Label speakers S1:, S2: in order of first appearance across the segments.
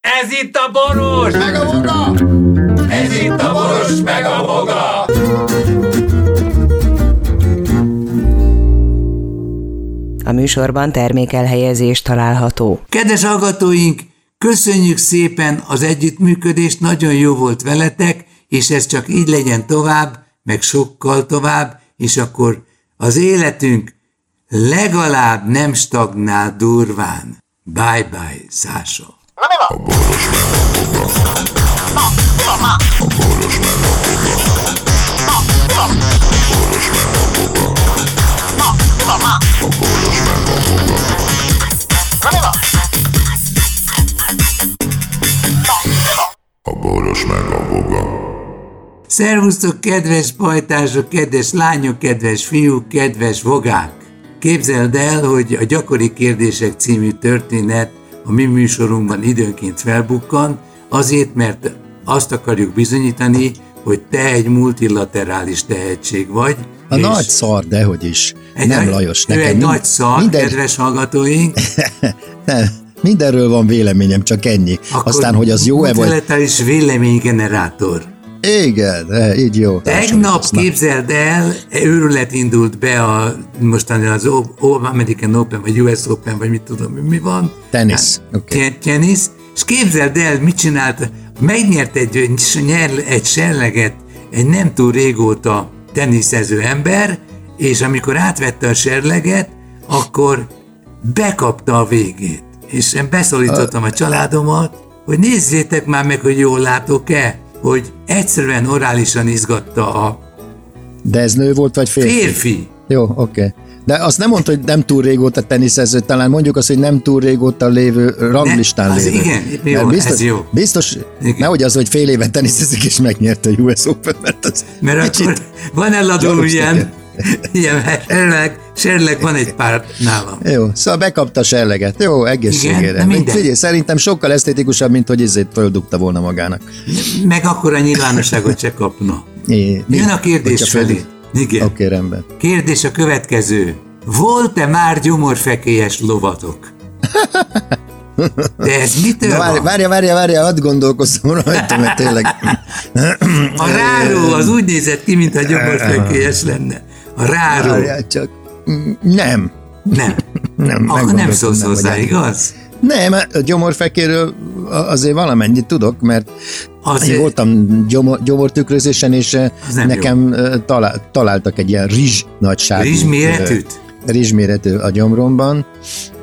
S1: Ez itt a boros!
S2: Meg a boga!
S1: Ez itt a boros, meg a boga!
S3: A műsorban termékelhelyezés található.
S4: Kedves hallgatóink, köszönjük szépen az együttműködést, nagyon jó volt veletek, és ez csak így legyen tovább, meg sokkal tovább, és akkor az életünk legalább nem stagnál durván. Bye-bye, Szása!
S2: A boros meg a boga.
S4: Szervusztok, kedves pajtások, kedves lányok, kedves fiúk, kedves vogák! Képzeld el, hogy a Gyakori Kérdések című történet a mi műsorunkban időnként felbukkan, azért, mert azt akarjuk bizonyítani, hogy te egy multilaterális tehetség vagy.
S5: A
S4: és
S5: nagy szar, dehogy is.
S4: egy
S5: nem
S4: nagy-
S5: Lajos,
S4: Ő
S5: nekem
S4: egy
S5: mind-
S4: nagy szar,
S5: minden,
S4: kedves hallgatóink.
S5: ne, mindenről van véleményem, csak ennyi.
S4: Akkor
S5: Aztán, hogy az jó-e vagy...
S4: Multilaterális véleménygenerátor.
S5: Igen, e, így jó.
S4: Tegnap képzeld el, őrület indult be a mostan az O- O- American Open, vagy US Open, vagy mit tudom, mi van.
S5: Tenisz, oké.
S4: Okay. Tenisz. Hát, És képzeld el, mit csinált, megnyert egy, egy, nyer, egy serleget egy nem túl régóta teniszező ember, és amikor átvette a serleget, akkor bekapta a végét. És én beszólítottam a családomat, hogy nézzétek már meg, hogy jól látok-e, hogy egyszerűen orálisan izgatta a
S5: De ez nő volt, vagy férfi?
S4: férfi.
S5: Jó, oké. Okay. De azt nem mondta, hogy nem túl régóta teniszező, talán mondjuk azt, hogy nem túl régóta lévő ö, ranglistán
S4: Ne, az
S5: lévő.
S4: igen, jó,
S5: Mert biztos,
S4: ez jó.
S5: Biztos,
S4: Igen.
S5: nehogy az, hogy fél éve teniszezik és megnyerte a US Open, mert az
S4: Mert
S5: kicsit...
S4: akkor van eladó
S5: gyanús
S4: ilyen,
S5: nekem.
S4: ilyen serleg, serleg van egy pár nálam.
S5: Jó, szóval bekapta a serleget. Jó, egészségére.
S4: de minden.
S5: Figyelj, szerintem sokkal esztétikusabb, mint hogy izét földugta volna magának.
S4: Meg akkor a nyilvánosságot se kapna.
S5: É,
S4: Jön a kérdés
S5: hogyha földug-
S4: felé. Igen.
S5: Oké, okay, rendben.
S4: Kérdés a következő. Volt-e már gyomorfekélyes lovatok? De ez mitől
S5: Na, várja,
S4: van?
S5: várja, várja, várja, hadd gondolkozom rajta, mert tényleg...
S4: A ráró az úgy nézett ki, mint a gyomorfekélyes lenne. A ráró.
S5: Várja, csak... Nem.
S4: Nem.
S5: Nem,
S4: Akkor nem
S5: meggondolkodnám,
S4: szólsz
S5: hogy
S4: hozzá,
S5: el-
S4: igaz?
S5: Nem, a gyomorfekéről azért valamennyit tudok, mert
S4: Az-
S5: az én voltam gyomor, gyomortükrözésen, és eh,
S4: Az nem
S5: nekem ö, talál, találtak egy ilyen rizs eh, nagyságú.
S4: Rizs méretűt?
S5: ö, Rizs méretű a gyomromban,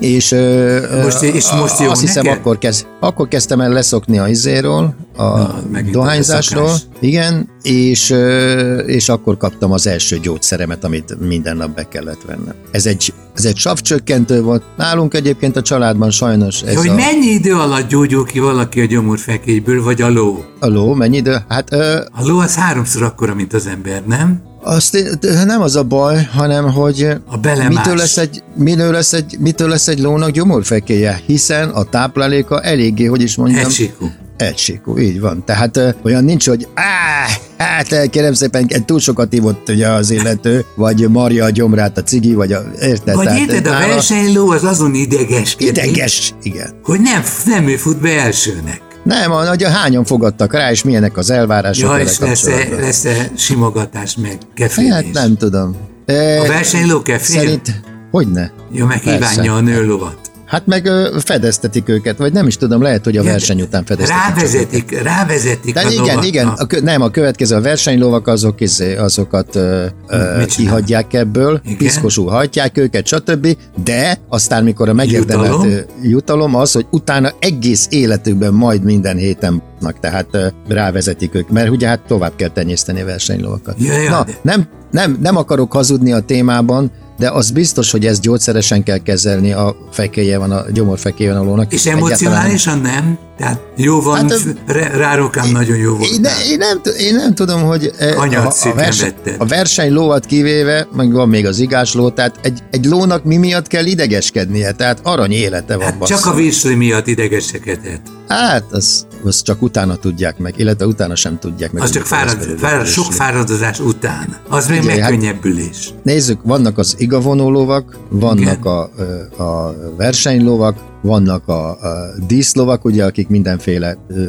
S5: és, ö,
S4: Most-
S5: ö,
S4: és most jó
S5: azt hiszem,
S4: neked?
S5: akkor, kezd, akkor kezdtem el leszokni a izéről, a
S4: megint a
S5: dohányzásról,
S4: leszokás.
S5: igen, és, ö, és akkor kaptam az első gyógyszeremet, amit minden nap be kellett vennem. Ez egy, ez egy savcsökkentő volt. Nálunk egyébként a családban sajnos ez
S4: Hogy
S5: a...
S4: mennyi idő alatt gyógyul ki valaki a gyomorfekélyből, vagy a ló?
S5: A ló, mennyi idő? Hát ö,
S4: A ló az háromszor akkora, mint az ember, nem?
S5: azt én- de nem az a baj, hanem hogy
S4: A belemás.
S5: mitől lesz, egy, mitől, lesz egy, mitől lesz egy lónak gyomorfekéje, hiszen a tápláléka eléggé, hogy is mondjam,
S4: Egysíkú.
S5: Egysíkú, így van. Tehát ö, olyan nincs, hogy á, hát eh, kérem szépen, eh, túl sokat ivott ugye az illető, vagy marja a gyomrát a cigi, vagy a, érted?
S4: Vagy
S5: Tehát eh,
S4: érted, a
S5: nála
S4: versenyló az azon ideges,
S5: Ideges, igen.
S4: hogy nem, nem ő fut be elsőnek.
S5: Nem, a, hogy a hányan fogadtak rá, és milyenek az elvárások.
S4: Ja,
S5: vele
S4: és lesz-e,
S5: kapcsolatban.
S4: lesz-e simogatás meg
S5: Hát
S4: kefélés?
S5: nem tudom. E,
S4: eh, A versenyló kefél?
S5: Szerint, hogyne?
S4: Ja, meg
S5: Persze.
S4: kívánja a nőlovat.
S5: Hát meg ö, fedeztetik őket, vagy nem is tudom, lehet, hogy a
S4: Hát,
S5: verseny után fedeztetik.
S4: Rávezetik, rávezetik
S5: De
S4: a
S5: igen,
S4: lovat.
S5: igen,
S4: Hát Na,
S5: a, kö- nem, a következő, a versenylovak azok, izé- azokat ö, ö,
S4: Mit csinál?
S5: kihagyják ebből,
S4: Igen.
S5: piszkosul hajtják őket, stb., de aztán, mikor a megérdemelt
S4: Jutalom?
S5: jutalom? jutalom az, hogy utána egész életükben majd minden héten b***nak, tehát ö, rávezetik ők, mert ugye hát tovább kell tenyészteni a versenylovakat.
S4: Ja, ja,
S5: Na,
S4: de-
S5: nem, nem, nem akarok hazudni a témában, de az biztos, hogy ezt gyógyszeresen kell kezelni, a fekéje van, a gyomorfekéje van a lónak.
S4: És
S5: Egyáltalán nem-
S4: emocionálisan nem? Tehát jó van,
S5: Hát,
S4: hát, rárokám nagyon jó volt.
S5: én, ne, én, nem, t- én nem tudom, hogy eh,
S4: Anyag
S5: a, a,
S4: szépen
S5: verseny,
S4: vetted.
S5: a versenylóvat kivéve, meg van még az igásló, tehát egy, egy lónak mi miatt kell idegeskednie, tehát arany élete van.
S4: Hát
S5: bassza.
S4: csak a virsli miatt idegeseket et.
S5: Hát, az, az csak utána tudják meg, illetve utána sem tudják meg.
S4: Az
S5: hogy
S4: csak
S5: mikor lesz
S4: fárad,
S5: belőle
S4: fárad, sok
S5: virsli.
S4: fáradozás után. Az még
S5: Ugye, hát-
S4: megkönnyebbülés.
S5: Nézzük, vannak az igavonó lovak, vannak
S4: Igen.
S5: a, ö, a versenylóvak, vannak a, a díszlovak, ugye, akik mindenféle ö,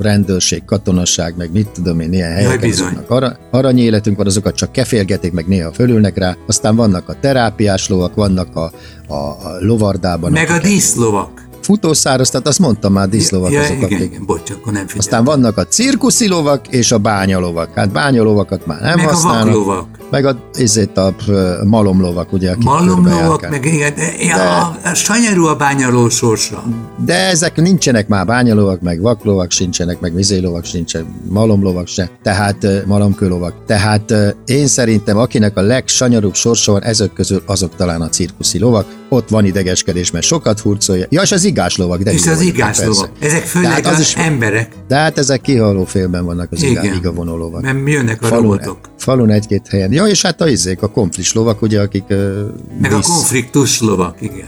S5: rendőrség, katonasság, meg mit tudom én, ilyen helyeken
S4: bizony.
S5: azoknak ara, aranyéletünk van, azokat csak kefélgetik, meg néha fölülnek rá. Aztán vannak a terápiás lovak, vannak a, a, a lovardában.
S4: Meg a
S5: akik-
S4: díszlovak.
S5: Futószáraz, tehát azt mondtam már, díszlovak
S4: ja,
S5: azok,
S4: igen,
S5: akik
S4: igen, bocs, akkor nem figyeltem.
S5: aztán vannak a cirkuszi lovak és a bányalovak. Hát bányalovakat már nem
S4: Meg a
S5: használnak.
S4: vaklovak.
S5: Meg a, ezért a ö, malomlovak, ugye, akik
S4: Malomlovak,
S5: körbejárkál.
S4: meg igen, de, de. A, a sanyarú a bányaló sorsa.
S5: De ezek nincsenek már bányalovak, meg vaklovak sincsenek, meg vizélovak sincsenek, malomlovak se, tehát ö, malomkölovak. Tehát ö, én szerintem, akinek a legsanyarúbb sorsa van ezek közül, azok talán a cirkuszi lovak. Ott van idegeskedés, mert sokat hurcolja. Ja, és az igáslovak. De
S4: És
S5: hülye
S4: az
S5: vagyok,
S4: igászlovak.
S5: persze.
S4: Ezek főleg
S5: Tehát az
S4: az
S5: is-
S4: emberek,
S5: De hát ezek kihaló félben vannak az igá,
S4: Igen.
S5: igavonó lovak.
S4: mert jönnek a
S5: falun,
S4: robotok.
S5: falun egy-két helyen. Ja, és hát a izék, a konflis lovak, ugye, akik ö,
S4: Meg a
S5: dísz-
S4: konfliktus lovak, igen.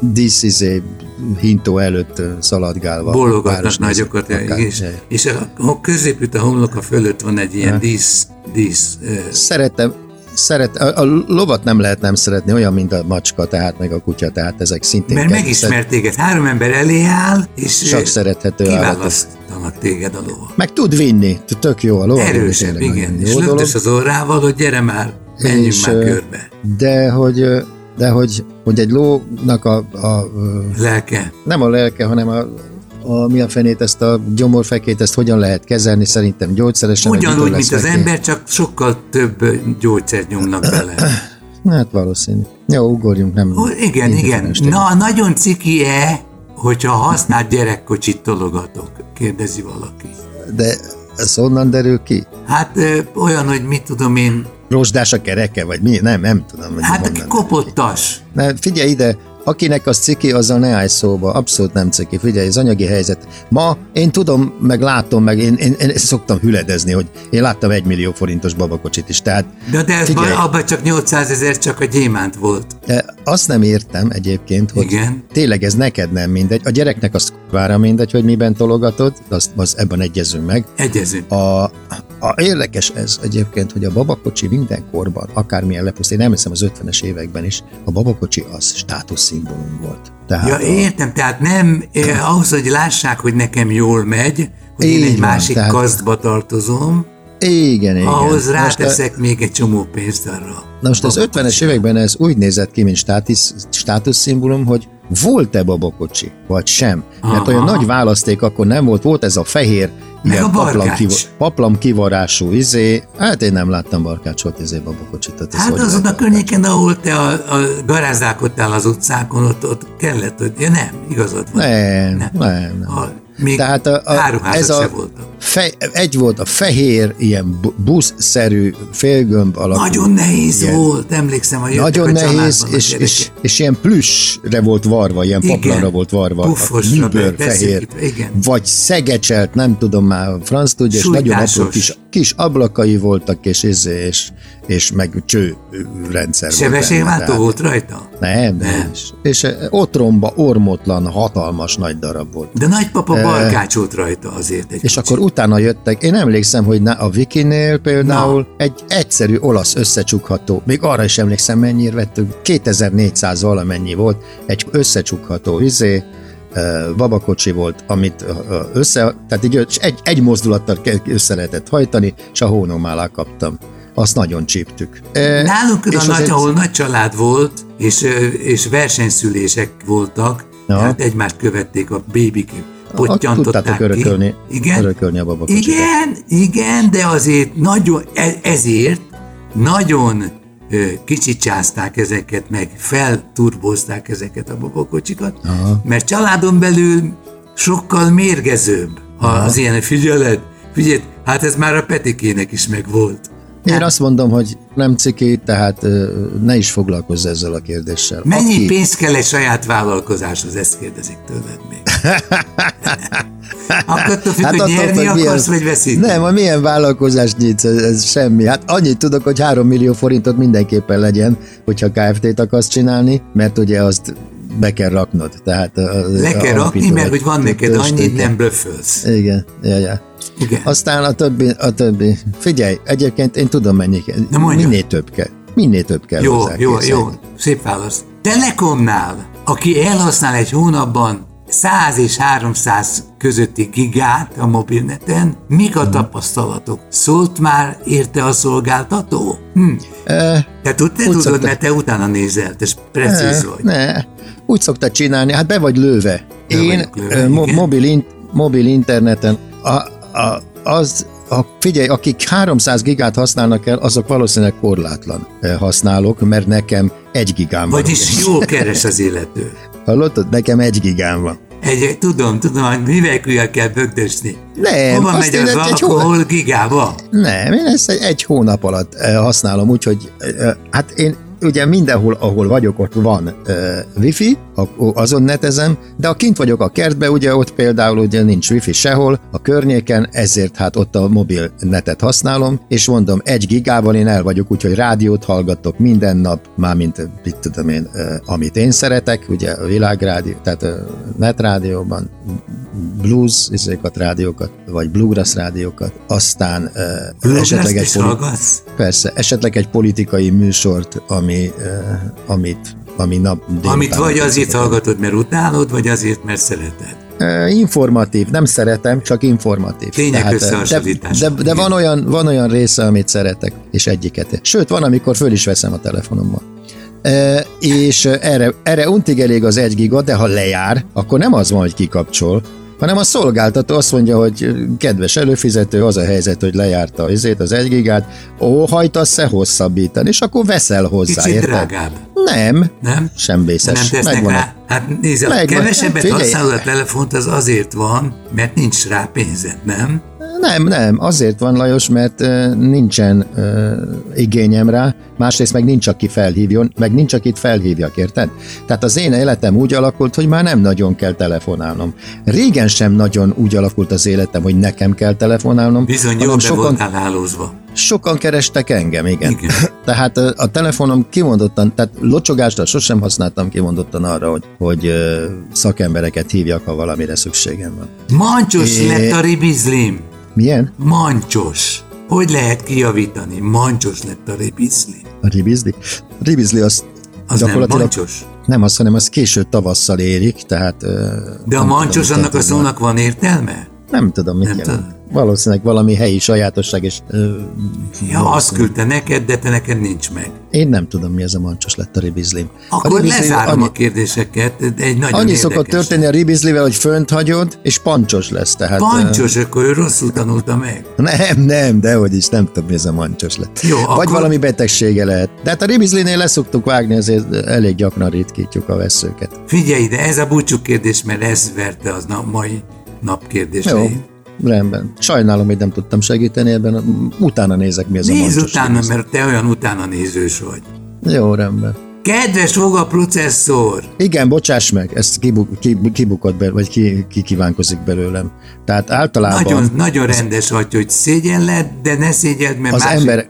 S5: dísz izé, hintó előtt ö, szaladgálva.
S4: Bologatnak
S5: városnézet-
S4: nagyokat.
S5: akár-
S4: És, és a, a középütt a homloka fölött van egy ilyen dísz, dísz ö,
S5: Szeretem, szeret, a, a lovat nem lehet nem szeretni, olyan, mint a macska, tehát meg a kutya, tehát ezek szintén...
S4: Mert
S5: kedvesek.
S4: megismert téged, három ember elé áll, és
S5: Csak
S4: ö,
S5: szerethető
S4: kiválasztanak téged a lovat.
S5: Meg tud vinni, t- tök jó a lov.
S4: Erősebb,
S5: tényleg
S4: igen,
S5: nagyon
S4: és
S5: jó dolog.
S4: löptes az orrával, hogy gyere már, menjünk
S5: És,
S4: már
S5: ö,
S4: körbe.
S5: De hogy, ö, de hogy, hogy egy lónak a, a ö,
S4: Lelke.
S5: nem a lelke, hanem a, a mi a fenét, ezt a gyomorfekét, ezt hogyan lehet kezelni, szerintem gyógyszeresen. vagy mitől
S4: Ugyanúgy,
S5: lesz
S4: mint az
S5: neki?
S4: ember, csak sokkal több ö, gyógyszert nyomnak bele.
S5: Hát valószínű. Jó, ugorjunk, nem.
S4: Ó, igen,
S5: Én
S4: igen.
S5: tudomás tényleg.
S4: Na, nagyon ciki-e, hogyha használt gyerekkocsit tologatok? Kérdezi valaki.
S5: De ez onnan derül ki?
S4: Hát ö, olyan, hogy mit tudom én,
S5: Rozsdás a kereke, vagy mi? Nem, nem tudom. Hogy
S4: hát aki
S5: honnan.
S4: kopottas.
S5: Ne, figyelj ide, akinek az ciki, azzal ne állj szóba, abszolút nem ciki, figyelj, az anyagi helyzet. Ma én tudom, meg látom, meg én, én, én szoktam hüledezni, hogy én láttam egy millió forintos babakocsit is, tehát
S4: De, de ez
S5: Figyelj.
S4: baj, abban csak 800 ezer csak a gyémánt volt.
S5: E, Azt nem értem egyébként, hogy
S4: Igen.
S5: tényleg ez neked nem mindegy. A gyereknek az vára mindegy, hogy miben tologatod, azt az ebben egyezünk meg.
S4: Egyezünk.
S5: A, a érdekes ez egyébként, hogy a babakocsi mindenkorban, akármilyen lepusztít, én emlékszem az 50-es években is, a babakocsi az státuszszimbólum volt. Tehát
S4: Ja,
S5: a-
S4: értem, tehát nem eh, ahhoz, hogy lássák, hogy nekem jól megy, hogy én
S5: Így
S4: egy
S5: van,
S4: másik
S5: tehát-
S4: kasztba tartozom,
S5: igen, igen.
S4: ahhoz
S5: Most a-
S4: ráteszek még egy csomó pénzt arra.
S5: Na most az 50-es években ez úgy nézett ki, mint státis, státuszszimbólum, hogy volt-e babakocsi, vagy sem. Mert
S4: Aha.
S5: olyan nagy választék akkor nem volt, volt ez a fehér,
S4: Meg a
S5: paplam,
S4: barkács.
S5: kivo- paplam kivarású izé. Hát én nem láttam barkácsot, izé babakocsit. Tehát ez
S4: Hát
S5: hogy
S4: azon a
S5: lehet?
S4: környéken, ahol te a, a garázdálkodtál az utcákon, ott, ott kellett, hogy ja, nem, igazad van.
S5: Nem, nem, nem. nem.
S4: A, még
S5: Tehát a, a, ez
S4: se
S5: a
S4: voltak.
S5: fej, egy volt a fehér, ilyen bu- buszszerű, félgömb alakú.
S4: Nagyon nehéz
S5: ilyen-
S4: volt, emlékszem, hogy jöttek
S5: Nagyon
S4: a családban
S5: nehéz,
S4: a
S5: és, és,
S4: gyerekek.
S5: és ilyen plüssre volt varva, ilyen
S4: Igen.
S5: paplanra volt varva, a
S4: Puffosra,
S5: műbőr
S4: be-
S5: fehér,
S4: beszélgetve, igen.
S5: vagy szegecselt, nem tudom már, franc tudja, és nagyon apró
S4: Súlytásos.
S5: kis, kis ablakai voltak, és, és, és, és meg cső rendszer
S4: Sebességváltó
S5: volt.
S4: volt rajta?
S5: benne, tehát- Nem, nem. is. És eh, otromba, ormotlan, hatalmas nagy darab volt.
S4: De nagypapa barkácsolt rajta azért egy
S5: Eh. És
S4: kicsit.
S5: akkor utána jöttek, én emlékszem, hogy na- a Vikinél például egy egyszerű olasz összecsukható, még arra is emlékszem, mennyire vettük, 2400 valamennyi volt, egy összecsukható izé, ö, babakocsi volt, amit ö, ö, össze, tehát így ö- egy, egy mozdulattal ke- össze lehetett hajtani, és a hónom alá kaptam. Azt nagyon csíptük. E,
S4: Nálunk
S5: és
S4: a
S5: az
S4: nagy,
S5: egy-
S4: ahol nagy család volt, és, ö, és versenyszülések voltak,
S5: Ja.
S4: tehát egymást követték a bébiket,
S5: tudtátok
S4: pottyantották
S5: örökölni-
S4: Igen?
S5: örökölni a babakocsikat.
S4: Igen, igen, de azért nagyon, e- ezért nagyon ö, kicsicsázták ezeket, meg felturbozták ezeket a babakocsikat, Aha. mert családon belül sokkal mérgezőbb ha az ilyen, figyeled, figyeled, hát ez már a Petikének is megvolt.
S5: Én azt mondom, hogy nem ciki, tehát ö, ne is foglalkozz ezzel a kérdéssel.
S4: Mennyi
S5: Aki-
S4: pénz kell egy saját vállalkozáshoz? Ezt kérdezik tőled még. Akkor attól függ, hát hogy nyerni
S5: hogy milyen-
S4: akarsz, vagy veszíteni?
S5: Nem, hogy milyen vállalkozás nyitsz, ez, ez semmi. Hát annyit tudok, hogy 3 millió forintot mindenképpen legyen, hogyha KFT-t akarsz csinálni, mert ugye azt be kell raknod. Tehát,
S4: Le kell rakni, mert hogy van neked annyit, nem blöfölsz.
S5: Igen, ja, ja.
S4: Igen.
S5: Aztán a többi, a többi. Figyelj, egyébként én tudom mennyi kell.
S4: Na mondja.
S5: Minél több kell. Minél több kell
S4: Jó,
S5: hozzá
S4: jó,
S5: készíteni.
S4: jó. Szép válasz. Telekomnál aki elhasznál egy hónapban 100 és 300 közötti gigát a mobilneten, mik
S5: Mhm.
S4: a tapasztalatok? Szólt már érte a szolgáltató? Hm.
S5: E,
S4: Te tud, te
S5: Úgy Eh,
S4: tudod,
S5: szoktak.
S4: mert te utána nézel, és
S5: ne,
S4: precíz vagy.
S5: ne, úgy szokta csinálni, hát be vagy lőve.
S4: Be
S5: Én
S4: vagyok lőve,
S5: ö, mo-
S4: igen.
S5: mobil, in- mobil interneten, a, a, az, a, figyelj, akik 300 gigát használnak el, azok valószínűleg korlátlan ö, használók, mert nekem egy gigám van.
S4: Vagyis jól keres az illető.
S5: Hallottad? Nekem egy gigám van.
S4: Egy, tudom, tudom, hogy mivel külön kell bögdösni.
S5: Nem,
S4: Hova
S5: azt
S4: megy
S5: én
S4: az
S5: egy- egy
S4: alkohol gigába?
S5: Nem, én ezt egy, egy hónap alatt eh, használom, úgyhogy eh, hát én ugye mindenhol, ahol vagyok, ott van eh, wifi, a- ó, azon netezem, de ha kint vagyok a kertbe, ugye ott például ugye nincs wifi sehol a környéken, ezért hát ott a mobil netet használom, és mondom, egy gigával én el vagyok, úgyhogy rádiót hallgatok minden nap, mármint, mit tudom én, eh, amit én szeretek, ugye a világrádió, tehát eh, netrádióban, blues izékat, rádiókat, vagy bluegrass rádiókat, aztán eh, esetleg egy,
S4: Esetleges
S5: poli-
S4: hallgatsz?
S5: persze, esetleg egy politikai műsort, ami, eh, amit ami nap délután-
S4: Amit vagy azért hallgatod, mert utálod, vagy azért, mert szereted.
S5: Eh, Informatív, nem szeretem, csak informatív.
S4: Tények
S5: eh,
S4: összehasonlítása.
S5: De, de, de van, olyan, van olyan része, amit szeretek, és egyiket. Sőt, van, amikor föl is veszem a telefonommal. E, és eh, erre, erre untig elég az egy giga, de ha lejár, akkor nem az van, hogy kikapcsol, hanem a szolgáltató azt mondja, hogy eh, kedves előfizető, az a helyzet, hogy lejárta izét, az egy gigát, ó, hajtasz-e hosszabbítani, és akkor veszel hozzá,
S4: Kicsit
S5: érted?
S4: drágább,
S5: Nem,
S4: nem?
S5: sem vészes.
S4: Nem tesznek
S5: Megvan a-
S4: rá. Hát nézd, a
S5: Megvan.
S4: kevesebbet
S5: Figyelj.
S4: használod a telefont, az azért van, mert nincs rá pénzed, nem?
S5: Nem, nem, azért van Lajos, mert ö, nincsen ö, igényem rá, másrészt meg nincs, aki felhívjon, meg nincs, akit felhívjak, érted? Tehát az én életem úgy alakult, hogy már nem nagyon kell telefonálnom. Régen sem nagyon úgy alakult az életem, hogy nekem kell telefonálnom.
S4: Bizony,
S5: hanem
S4: jól be
S5: sokan,
S4: voltál hálózva.
S5: sokan kerestek engem, igen.
S4: Igen.
S5: Tehát ö, a telefonom kimondottan, tehát locsogásra sosem használtam kimondottan arra, hogy, hogy ö, szakembereket hívjak, ha valamire szükségem van.
S4: Mancsos
S5: É.
S4: lett a ribizlim.
S5: Milyen?
S4: Mancsos. Hogy lehet kijavítani? Mancsos lett a ribizlim.
S5: A ribizli? A ribizli az
S4: Az nem
S5: Gyakorlatilag-
S4: mancsos.
S5: Nem az, hanem az késő tavasszal érik, tehát... ö,
S4: De a
S5: nem
S4: mancsos
S5: tudom,
S4: annak a
S5: tehát
S4: szónak van értelme?
S5: Nem tudom, mit
S4: Nem
S5: jelent. Valószínűleg valami helyi sajátosság, és ö,
S4: Ja, azt küldte neked, de te neked nincs meg.
S5: én nem tudom, mi ez a mancsos lett a ribizlim. a
S4: Akkor
S5: ribizli
S4: lezárom
S5: annyi,
S4: a kérdéseket, de egy nagyon
S5: annyi
S4: érdekes.
S5: szokott történni hát, a ribizlivel, hogy fönt hagyod, és pancsos lesz, tehát... ö,
S4: Pancsos, akkor ő rosszul tanulta meg.
S5: Nem, nem, dehogy is, nem tudom, mi ez a mancsos lett.
S4: Jó,
S5: Vagy
S4: akkor-
S5: valami betegsége lehet. De hát a ribizlinél leszoktuk vágni, azért elég gyakran ritkítjuk a veszőket.
S4: Figyelj ide, ez a búcsú kérdés, mert ez verte az na, mai nap
S5: Jó,
S4: kérdéseit.
S5: rendben. Sajnálom, hogy nem tudtam segíteni ebben. Utána nézek, mi ez a
S4: Nézz
S5: mancsos
S4: utána,
S5: ribizli.
S4: mert te olyan utána nézős vagy.
S5: Jó, rendben.
S4: Kedves foga processzor!
S5: Igen, bocsáss meg, ezt kibuk, ki- kibukott be, vagy ki, ki kívánkozik belőlem. Tehát általában
S4: Nagyon, nagyon rendes vagy, hogy szégyenled, de ne szégyeld, mert
S5: az
S4: másik...
S5: ember...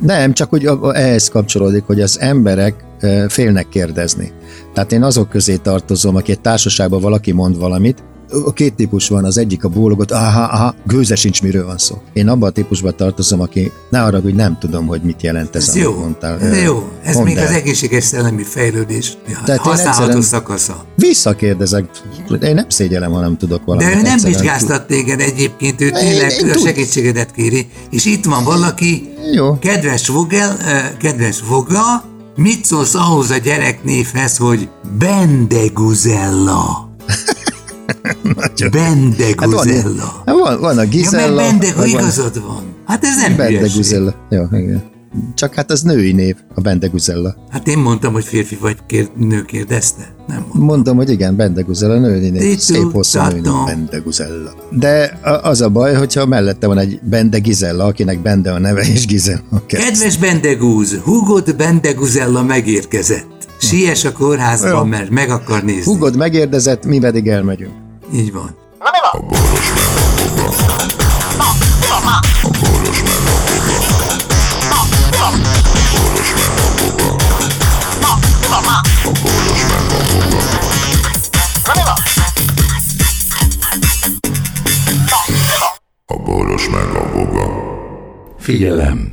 S5: Nem, csak hogy a- a- ehhez kapcsolódik, hogy az emberek eh, félnek kérdezni. Tehát én azok közé tartozom, aki egy társaságban valaki mond valamit, a két típus van, az egyik a bólogot, aha, aha, gőze sincs, miről van szó. Én abban a típusban tartozom, aki ne arra, hogy nem tudom, hogy mit jelent ez,
S4: Ez
S5: amit
S4: jó,
S5: mondtál.
S4: ez
S5: Eh,
S4: jó. Ez
S5: mondd
S4: még
S5: el.
S4: az egészséges szellemi fejlődés
S5: én
S4: használható
S5: egyszerűen-
S4: szakasza.
S5: Visszakérdezek, én nem szégyelem, ha nem tudok valamit.
S4: De ő nem
S5: egyszerűen.
S4: vizsgáztat téged egyébként, ő
S5: Én-
S4: tényleg
S5: én
S4: a
S5: tud-
S4: segítségedet kéri. És itt van valaki,
S5: Jó.
S4: kedves Vogel, eh, kedves Voga, mit szólsz ahhoz a gyereknévhez, hogy Bendeguzella?
S5: Hát van,
S4: Bendeguzella.
S5: hát van, van a
S4: Ja, mert
S5: Gizella.
S4: Bendegu
S5: meg van-
S4: igazad van. Hát ez nem hülyeség.
S5: Bendeguzella. Jó, igen. Csak hát az női név, a Bendeguzella.
S4: Hát én mondtam, hogy férfi vagy, kér, nő kérdezte. Nem mondtam.
S5: Mondom, hogy igen, Bendeguzella női név.
S4: Titu,
S5: Szép hosszú női név,
S4: tatom.
S5: Bendeguzella. De a- az a baj, hogyha mellette van egy Bendegizella, akinek Bende a neve és Gizella. kell.
S4: Kedves Bendegúz, Hugod Bendeguzella megérkezett. Siess a kórházba,
S5: Jó.
S4: mert meg akar nézni.
S5: Hugod megérdezett, mi pedig elmegyünk.
S4: Így van.
S2: A boros meg a boga.
S1: Figyelem!